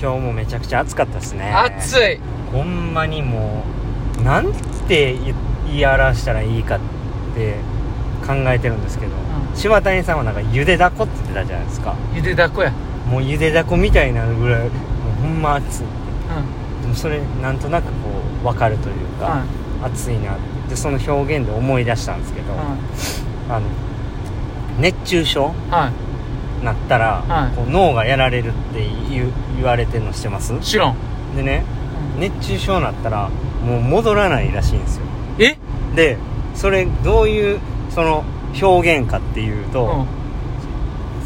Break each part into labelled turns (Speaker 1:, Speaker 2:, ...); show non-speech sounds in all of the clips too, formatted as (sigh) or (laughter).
Speaker 1: 今日もめちゃくちゃ暑かったですね
Speaker 2: 暑い
Speaker 1: ほんまにもうなんて言い表したらいいかって考えてるんですけど、
Speaker 2: う
Speaker 1: 柴谷さんはなんかゆでだこって言ってたじゃないですか
Speaker 2: ゆでだこや
Speaker 1: もうゆでだこみたいなぐらいもうほんま暑いでもそれなんとなくこう分かるという
Speaker 2: うん
Speaker 1: か、暑いなってでその表現で思い出したんですけど、
Speaker 2: うん
Speaker 1: あの熱中症
Speaker 2: は
Speaker 1: なったら、
Speaker 2: はい
Speaker 1: こう脳がやられるって言う言われてるのしてます
Speaker 2: い知らん
Speaker 1: でね熱中症になったらもう戻らないらしいんですよ
Speaker 2: え
Speaker 1: でそれどういうその表現かっていう
Speaker 2: うん
Speaker 1: と、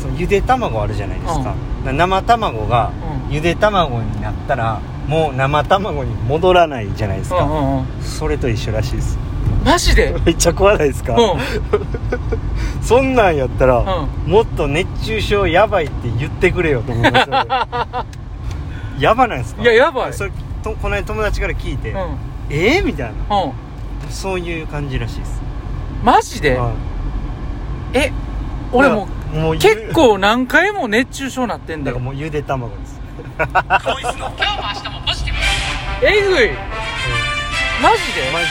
Speaker 1: そのゆで卵あるじゃないですか,、生卵が
Speaker 2: うん
Speaker 1: ゆで卵になったらもう生卵に戻らないじゃないです
Speaker 2: う
Speaker 1: か、
Speaker 2: んうんうん
Speaker 1: それと一緒らしいです
Speaker 2: マジで
Speaker 1: めっちゃ怖ないですか、
Speaker 2: う
Speaker 1: そんなんやったら、
Speaker 2: ん
Speaker 1: もっと熱中症やばいって言ってくれよと思いますよ
Speaker 2: (laughs)
Speaker 1: ねやばないですか
Speaker 2: いややばい
Speaker 1: それとこの間友達から聞いて、
Speaker 2: うんうん
Speaker 1: えーみたいな
Speaker 2: うん
Speaker 1: そういう感じらしいです
Speaker 2: マジで
Speaker 1: はい
Speaker 2: え俺も
Speaker 1: うもう
Speaker 2: う
Speaker 1: ゆ
Speaker 2: 結構何回も熱中症なってん
Speaker 1: だ
Speaker 2: だ
Speaker 1: から
Speaker 2: よ
Speaker 1: もうゆで卵です
Speaker 2: えぐいマジで
Speaker 1: マジ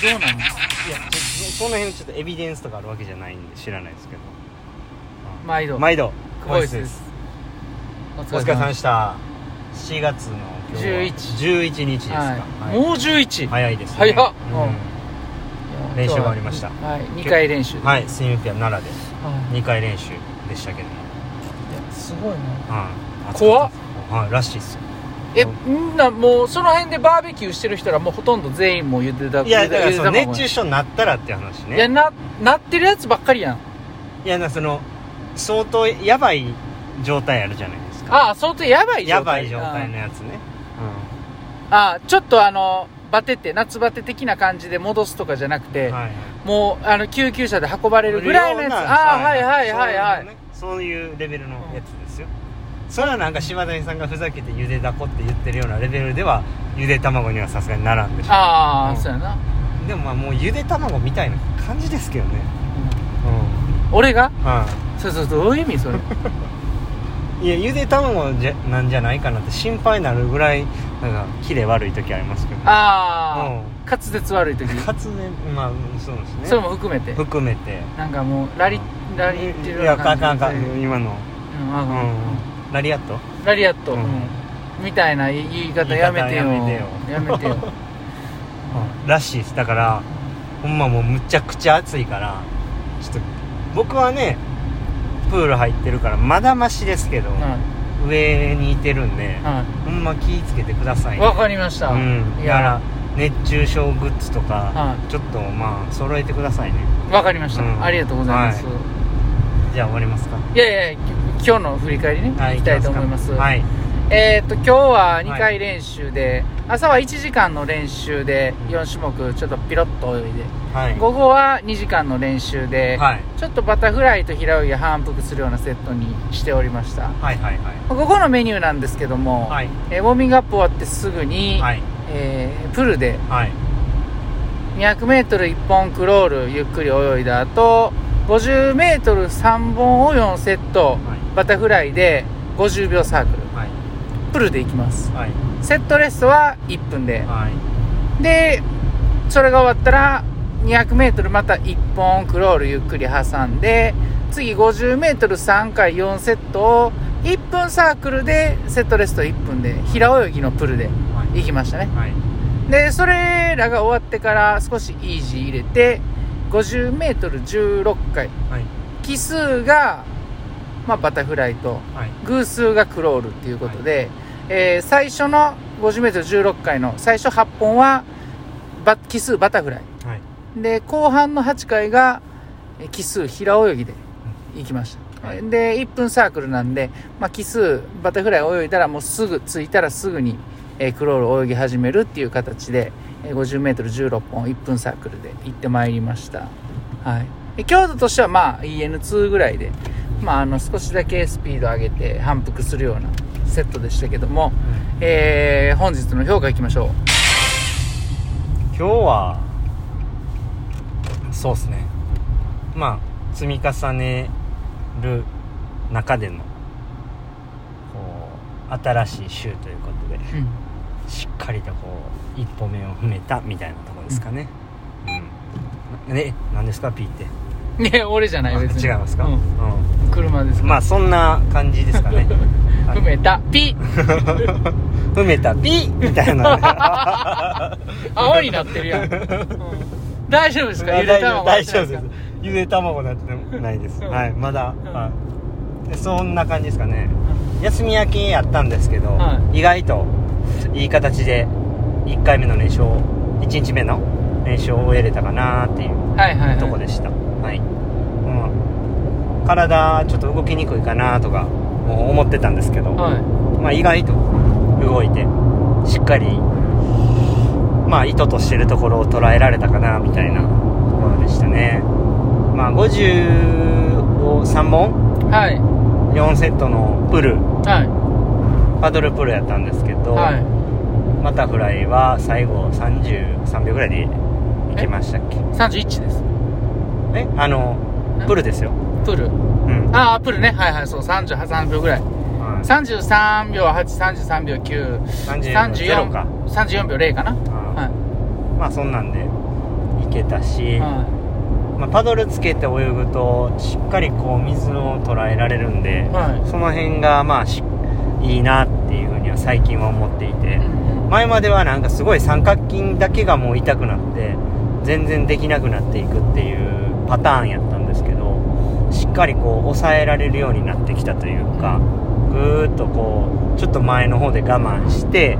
Speaker 2: どうなの
Speaker 1: でいやちょその辺ちょっとエビデンスとかあるわけじゃないんで知らないですけど
Speaker 2: 毎度
Speaker 1: 毎度
Speaker 2: 久保井ですお
Speaker 1: お疲れ様でした4月の今日は
Speaker 2: 11
Speaker 1: 11日ですか、
Speaker 2: はい
Speaker 1: はい
Speaker 2: もう11
Speaker 1: 早いですね
Speaker 2: 早っ
Speaker 1: うん練習がありました
Speaker 2: はい2回練習
Speaker 1: うんはいスイムピア奈良で
Speaker 2: は
Speaker 1: 2回練習でしたけども、
Speaker 2: いいやすごいな
Speaker 1: うん
Speaker 2: 怖っ
Speaker 1: はいらしいっすよ
Speaker 2: えみんなもうその辺でバーベキューしてる人らもうほとんど全員もうゆでだ
Speaker 1: いや
Speaker 2: ゆで
Speaker 1: だからその
Speaker 2: ゆで卵
Speaker 1: 熱中症になったらっていう話ね
Speaker 2: いやななってるやつばっかりやん
Speaker 1: いやなその相当やばい状態あるじゃないですか
Speaker 2: ああ相当やばい状態
Speaker 1: やばい状態のやつね
Speaker 2: ああちょっとあのバテて夏バテ的な感じで戻すとかじゃなく
Speaker 1: う
Speaker 2: て、
Speaker 1: んはい
Speaker 2: もうあの救急車で運ばれるぐらいのやつ
Speaker 1: 無料な
Speaker 2: ああはいはいはいはい
Speaker 1: そういうのねそういうレベルのやつですよそれはなんか柴谷さんがふざけてゆでだこって言ってるようなレベルではゆで卵にはさすがにならんでしょ
Speaker 2: ああ、
Speaker 1: うん
Speaker 2: そうやな、
Speaker 1: でもまあもうゆで卵みたいな感じですけどねうん
Speaker 2: 俺が
Speaker 1: は
Speaker 2: そうそうどういう意味それ
Speaker 1: いいやゆで卵じゃなんじゃないかなって心配になるぐらいなんかキレ悪い時ありますけどね
Speaker 2: ああ、滑舌悪い時
Speaker 1: かつねまあそうですね
Speaker 2: それも含めて
Speaker 1: 含めて
Speaker 2: なんかもうラリラリってるよう
Speaker 1: いやか
Speaker 2: な感じで
Speaker 1: かか今の、
Speaker 2: うんあ
Speaker 1: う
Speaker 2: の
Speaker 1: んラリアット
Speaker 2: ラリアット、
Speaker 1: うん
Speaker 2: うんみたいな言い方やめてよ
Speaker 1: 言い方や
Speaker 2: やめ
Speaker 1: (laughs)
Speaker 2: てよ
Speaker 1: らしいですだからほんまもうむちゃくちゃ暑いからちょっと僕はねプール入ってるからまだましですけど、
Speaker 2: は
Speaker 1: 上にいてるんで
Speaker 2: い、は
Speaker 1: ほんま気ぃつけてください
Speaker 2: い
Speaker 1: ね
Speaker 2: わかりました、
Speaker 1: うん
Speaker 2: い
Speaker 1: だから
Speaker 2: や
Speaker 1: 熱中症グッズとか
Speaker 2: は
Speaker 1: ちょっとまあ揃えてくださいね
Speaker 2: わかりました、
Speaker 1: うん
Speaker 2: ありがとうございます、
Speaker 1: はいじゃあ終わりますか
Speaker 2: いやいやき今日の振り返りね、い、きたいと思います、
Speaker 1: はい
Speaker 2: えーっと今日は2
Speaker 1: は
Speaker 2: 回練習で、朝は1時間の練習で
Speaker 1: うん
Speaker 2: 4種目ちょっとピロッと泳いで、
Speaker 1: はい
Speaker 2: 午後は2時間の練習で、
Speaker 1: はい
Speaker 2: ちょっとバタフライと平泳ぎ反復するようなセットにしておりました
Speaker 1: はいはいはい
Speaker 2: 午後のメニューなんですけども、
Speaker 1: はい
Speaker 2: えーウォーミングアップ終わってすぐに、
Speaker 1: はい
Speaker 2: えープールで
Speaker 1: はい
Speaker 2: 200m1 本クロールゆっくり泳いだ後 50m3 本を4セット、
Speaker 1: はい
Speaker 2: バタフライで50秒サークル
Speaker 1: はい
Speaker 2: プールで行きます
Speaker 1: はい
Speaker 2: セットレストは1分で
Speaker 1: はい
Speaker 2: でそれが終わったら 200m また1本クロールゆっくり挟んで次 50m3 回4セットを1分サークルでセットレスト1分で平泳ぎのプールで
Speaker 1: はい
Speaker 2: 行きましたね
Speaker 1: はい
Speaker 2: でそれらが終わってから少しイージー入れて 50m16 回
Speaker 1: はい
Speaker 2: 奇数が、まあ、バタフライと
Speaker 1: はい
Speaker 2: 偶数がクロールっていうことで、えー最初の 50m16 回の最初8本はバ奇数バタフライ
Speaker 1: はい
Speaker 2: で後半の8回がえー奇数平泳ぎで行きました、
Speaker 1: はい
Speaker 2: で1分サークルなんで、まあ、奇数バタフライ泳いだらもうすぐ着いたらすぐに、えークロール泳ぎ始めるっていう形で、えー 50m16 本1分サークルで行ってまいりました、はい、で強度としてはまあ EN2 ぐらいで、まあ、あの少しだけスピード上げて反復するようなセットでしたけども、えー本日の評価いきましょう
Speaker 1: 今日はそうっすねまあ積み重ねる中でのこう新しい週ということで
Speaker 2: うん
Speaker 1: しっかりとこう一歩目を踏めたみたいなところですかねうん、ね何ですか P って
Speaker 2: ね俺じゃ (laughs) ない別に
Speaker 1: 違いますか、
Speaker 2: うん
Speaker 1: う
Speaker 2: 車です
Speaker 1: ん、まあそんな感じですか
Speaker 2: (laughs)
Speaker 1: ねはい
Speaker 2: 含めたピ
Speaker 1: 踏めた P みたいな
Speaker 2: (laughs)
Speaker 1: ね
Speaker 2: 青になってるやん、うん大丈夫ですかゆで卵
Speaker 1: 大丈夫ですゆで卵なんてないです、
Speaker 2: うん
Speaker 1: はいまだ、
Speaker 2: ん
Speaker 1: はいでそんな感じですかね休み明けやったんですけど、
Speaker 2: は
Speaker 1: 意外といい形で1回目の練習を1日目の練習を終えれたかなっていう
Speaker 2: はいはいはい
Speaker 1: とこでしたはい、うん、体ちょっと動きにくいかなとかもう思ってたんですけど、
Speaker 2: は
Speaker 1: まあ、意外と動いてしっかり、まあ、意図としてるところを捉えられたかなみたいなところでしたね、まあ、50を3問
Speaker 2: いはい
Speaker 1: 4セットのプル
Speaker 2: はい
Speaker 1: パドルプルやったんですけど、
Speaker 2: は
Speaker 1: バタフライは最後33秒ぐらいでいきましたっけ
Speaker 2: い31です
Speaker 1: えあのプルですよ
Speaker 2: プル
Speaker 1: うん、
Speaker 2: ああプルねはいはいそう33秒ぐらい
Speaker 1: はい
Speaker 2: 33秒833秒9
Speaker 1: 30ゼロか、
Speaker 2: 34秒0かなは
Speaker 1: まあそんなんでいけた
Speaker 2: い、
Speaker 1: し、
Speaker 2: は
Speaker 1: まあ、パドルつけて泳ぐとしっかりこう水を捉えられるんで、
Speaker 2: いは
Speaker 1: その辺がまあしいいなっていうふうには最近は思っていて
Speaker 2: い、うん
Speaker 1: 前まではなんかすごい三角筋だけがもう痛くなって全然できなくなっていくっていうパターンやったんですけどしっかりこう抑えられるようになってきたというかぐーっとこうちょっと前の方で我慢して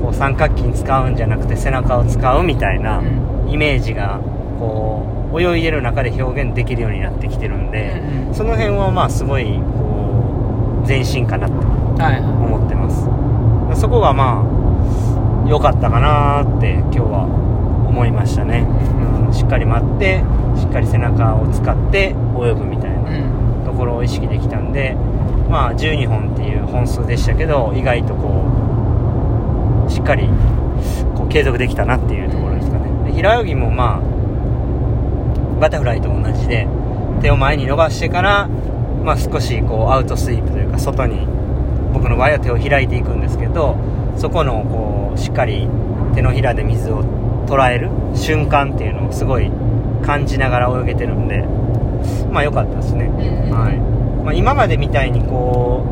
Speaker 1: こう三角筋使うんじゃなくて背中を使うみたいな。
Speaker 2: うん
Speaker 1: イメージがこう泳いでる中で表現できるようになってきてるんで、
Speaker 2: うん
Speaker 1: その辺はまあすごいこう前進かなと
Speaker 2: はいは
Speaker 1: 思ってますそこがまあ良かったかなって今日は思いましたね、うん、しっかり待ってしっかり背中を使って泳ぐみたい
Speaker 2: い
Speaker 1: な
Speaker 2: う
Speaker 1: ところを意識できたんでまあ12本っていう本数でしたけど意外とこうしっかりこう継続できたなっていうところですかねで平泳ぎもまあバタフライと同じで手を前に伸ばしてから、まあ、少しこうアウトスイープというか外に僕の場合は手を開いていくんですけどそこのこうしっかり手のひらで水を捉える瞬間っていうのをすごい感じながら泳げてるんでまあ良かったですね、
Speaker 2: ん
Speaker 1: はいまあ、今までみたいにこ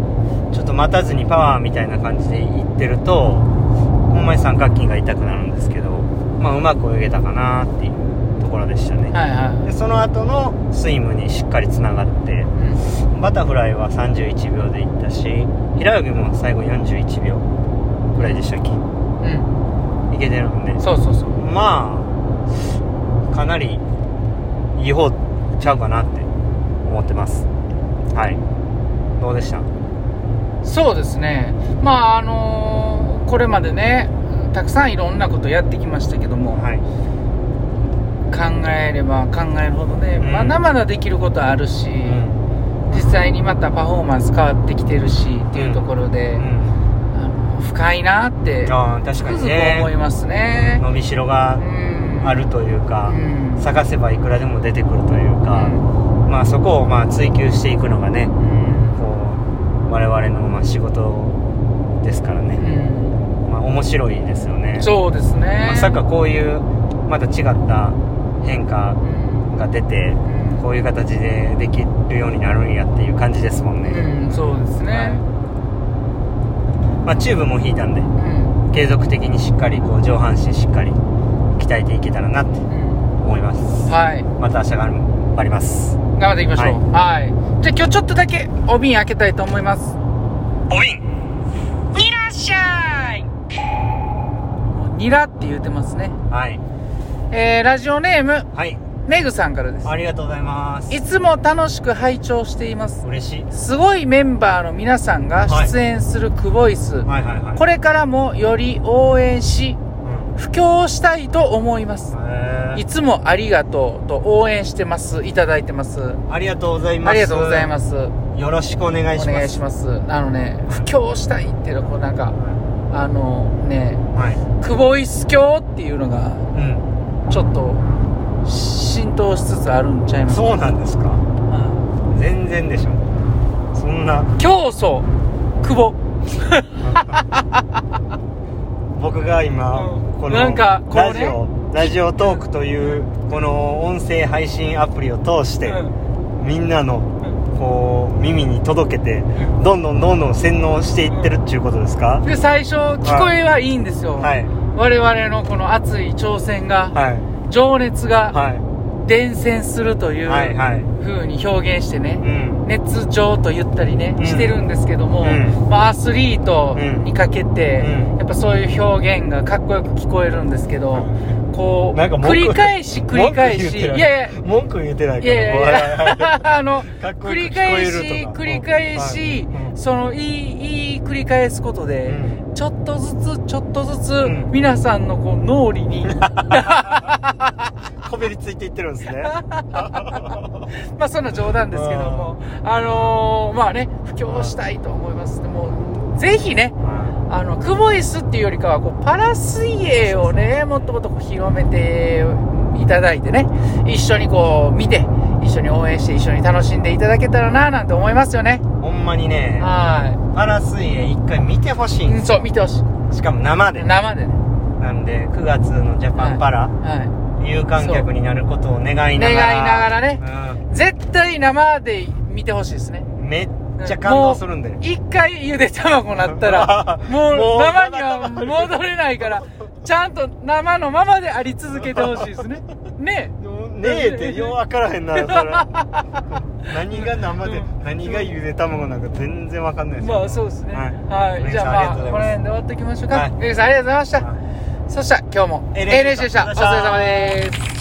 Speaker 1: うちょっと待たずにパワーみたいな感じでいってるとほんまに三角筋が痛くなるんですけど、まあ、うまく泳げたかなっていうところでしたね、
Speaker 2: はいは
Speaker 1: でその後のスイムにしっかりつながって
Speaker 2: いうん
Speaker 1: バタフライは31秒でいったし平泳ぎも最後41秒ぐらいでしたっけ
Speaker 2: う
Speaker 1: いけてるんで
Speaker 2: ん、そうそうそう
Speaker 1: まあかなりいい方ちゃうかなって思ってますはいどうでした
Speaker 2: そうですねまああのーこれまでねたくさんいろんなことやってきましたけども、
Speaker 1: はい
Speaker 2: 考えれば考えるほどね、
Speaker 1: うん
Speaker 2: まだまだできることあるし、
Speaker 1: うん
Speaker 2: 実際にまたパフォーマンス変わってきてるしっていうところで、
Speaker 1: うん
Speaker 2: あの深いなって
Speaker 1: ああ確
Speaker 2: つく
Speaker 1: か
Speaker 2: づ
Speaker 1: に
Speaker 2: く
Speaker 1: ね
Speaker 2: 思いますね
Speaker 1: 伸びしろ
Speaker 2: う
Speaker 1: が
Speaker 2: ん
Speaker 1: あるという
Speaker 2: う
Speaker 1: か
Speaker 2: ん
Speaker 1: 探せばいくらでも出てくるという
Speaker 2: う
Speaker 1: か
Speaker 2: ん
Speaker 1: まあそこをまあ追求していくのがね
Speaker 2: うん
Speaker 1: こう我々のまあ仕事ですから
Speaker 2: う
Speaker 1: ね、
Speaker 2: ん
Speaker 1: まあ、面白いですよね
Speaker 2: そうですね
Speaker 1: まさかこういうまた違った変化
Speaker 2: うん
Speaker 1: が出て
Speaker 2: うん
Speaker 1: こういう形でできるようになるんやっていう感じですもんね、
Speaker 2: うんそうですね、
Speaker 1: はいまあ、チューブも引いたんで
Speaker 2: うん
Speaker 1: 継続的にしっかりこう上半身しっかり鍛えていけたらなって
Speaker 2: うん
Speaker 1: 思います
Speaker 2: はい
Speaker 1: また明日頑張ります
Speaker 2: 頑張っていきましょうはい、じゃあ今日ちょっとだけお瓶開けたいと思います
Speaker 1: おいん
Speaker 2: いらっしゃいもうニラって言うてますね
Speaker 1: はい
Speaker 2: えー、ラジオネーム
Speaker 1: はい
Speaker 2: メグさんからです
Speaker 1: ありがとうございます
Speaker 2: いつも楽しく拝聴しています
Speaker 1: 嬉しい
Speaker 2: すごいメンバーの皆さんが出演するクボイス、
Speaker 1: はいはいはい
Speaker 2: これからもより応援し
Speaker 1: うん
Speaker 2: 布教したいと思います
Speaker 1: へー
Speaker 2: いつもありがとうと応援してますいただいてます
Speaker 1: ありがとうございます
Speaker 2: ありがとうございます
Speaker 1: すよろしくお願いし
Speaker 2: お
Speaker 1: ます
Speaker 2: 願いしますあのね布教したいっていうのはこうなんかあのね
Speaker 1: は
Speaker 2: クボイス教っていうのが
Speaker 1: い、うん、
Speaker 2: ちょっと浸透しつつあるんちゃいます
Speaker 1: そうなんですか
Speaker 2: うん
Speaker 1: 全然でしょ
Speaker 2: (laughs)
Speaker 1: な
Speaker 2: 競争久保
Speaker 1: 僕が今
Speaker 2: うん
Speaker 1: この
Speaker 2: なんかこ
Speaker 1: ラ
Speaker 2: の
Speaker 1: ジ
Speaker 2: ね
Speaker 1: オ、ラジオトークというこの音声配信アプリを通して、
Speaker 2: うん
Speaker 1: みんなのこう耳に届けて
Speaker 2: う
Speaker 1: どんどんどんどん洗脳していってるっていうことですか、
Speaker 2: で最初聞こえはいいんですよ、
Speaker 1: はい
Speaker 2: 我々のこの熱い挑戦が、
Speaker 1: はい
Speaker 2: 情熱が
Speaker 1: は
Speaker 2: 伝染するとい
Speaker 1: いうはいはい
Speaker 2: 風に表現してね、
Speaker 1: うん
Speaker 2: 熱情と言ったりね、
Speaker 1: うん
Speaker 2: してるんですけども、
Speaker 1: うん
Speaker 2: まあ、アスリートにかけて、
Speaker 1: うん
Speaker 2: やっぱそういう表現がかっこよく聞こえるんですけど、こう
Speaker 1: なんか文句
Speaker 2: 繰り返し繰り
Speaker 1: 文
Speaker 2: 返
Speaker 1: 句
Speaker 2: しい
Speaker 1: 言うてな
Speaker 2: やいや
Speaker 1: 文句言ってない
Speaker 2: い
Speaker 1: から
Speaker 2: やいやいや (laughs) あの
Speaker 1: かっこ
Speaker 2: 繰
Speaker 1: よ
Speaker 2: り
Speaker 1: く聞こえ
Speaker 2: 返
Speaker 1: る
Speaker 2: し
Speaker 1: とか
Speaker 2: 繰り返し、
Speaker 1: うん
Speaker 2: そのいいいい繰り返すこと
Speaker 1: う
Speaker 2: で、
Speaker 1: ん
Speaker 2: ちょっとずつちょっとずつ、
Speaker 1: うん
Speaker 2: 皆さんのこう脳裏に (laughs)
Speaker 1: こびりついていってるんですね
Speaker 2: まあそんな冗談ですけどもあのーまあね布教したいと思いますでもぜひねあのクボイスっていうよりかはこうパラ水泳をねもっともっとこう広めていただいてね一緒にこう見て一緒に応援して一緒に楽しんでいただけたらななんて思いますよね
Speaker 1: ほんまにね
Speaker 2: は
Speaker 1: パラ水泳一回見てほしい
Speaker 2: い
Speaker 1: ん
Speaker 2: う
Speaker 1: で
Speaker 2: ん
Speaker 1: す
Speaker 2: そう
Speaker 1: よ
Speaker 2: 見てほしい
Speaker 1: しかも生で
Speaker 2: 生でね
Speaker 1: なんで9月のジャパンパラ
Speaker 2: は
Speaker 1: 有観客になることを願いながら
Speaker 2: 願いながらねい絶対生で見てほしいですね
Speaker 1: うんめっちゃ感動するんで
Speaker 2: 一回ゆで卵なった
Speaker 1: (laughs)
Speaker 2: らもう
Speaker 1: もう
Speaker 2: 生には戻れないからちゃんと生のままであり続けてほしいですねね
Speaker 1: ねえってよう分からへんな
Speaker 2: (laughs)
Speaker 1: それ何が生で
Speaker 2: うん
Speaker 1: 何がゆで卵なんか全然分かんないですよ
Speaker 2: まあそうですね
Speaker 1: はい
Speaker 2: はい、
Speaker 1: 森
Speaker 2: じゃ
Speaker 1: さ
Speaker 2: あ
Speaker 1: ん
Speaker 2: まあ
Speaker 1: ありがとうご
Speaker 2: この
Speaker 1: ざいま
Speaker 2: 辺で終わっていきましょう
Speaker 1: は
Speaker 2: か
Speaker 1: い
Speaker 2: ゆうきさんありがとうございましたそしたら今日も
Speaker 1: NHK
Speaker 2: NHK でしたお
Speaker 1: お疲れ
Speaker 2: 疲
Speaker 1: 様
Speaker 2: れ様です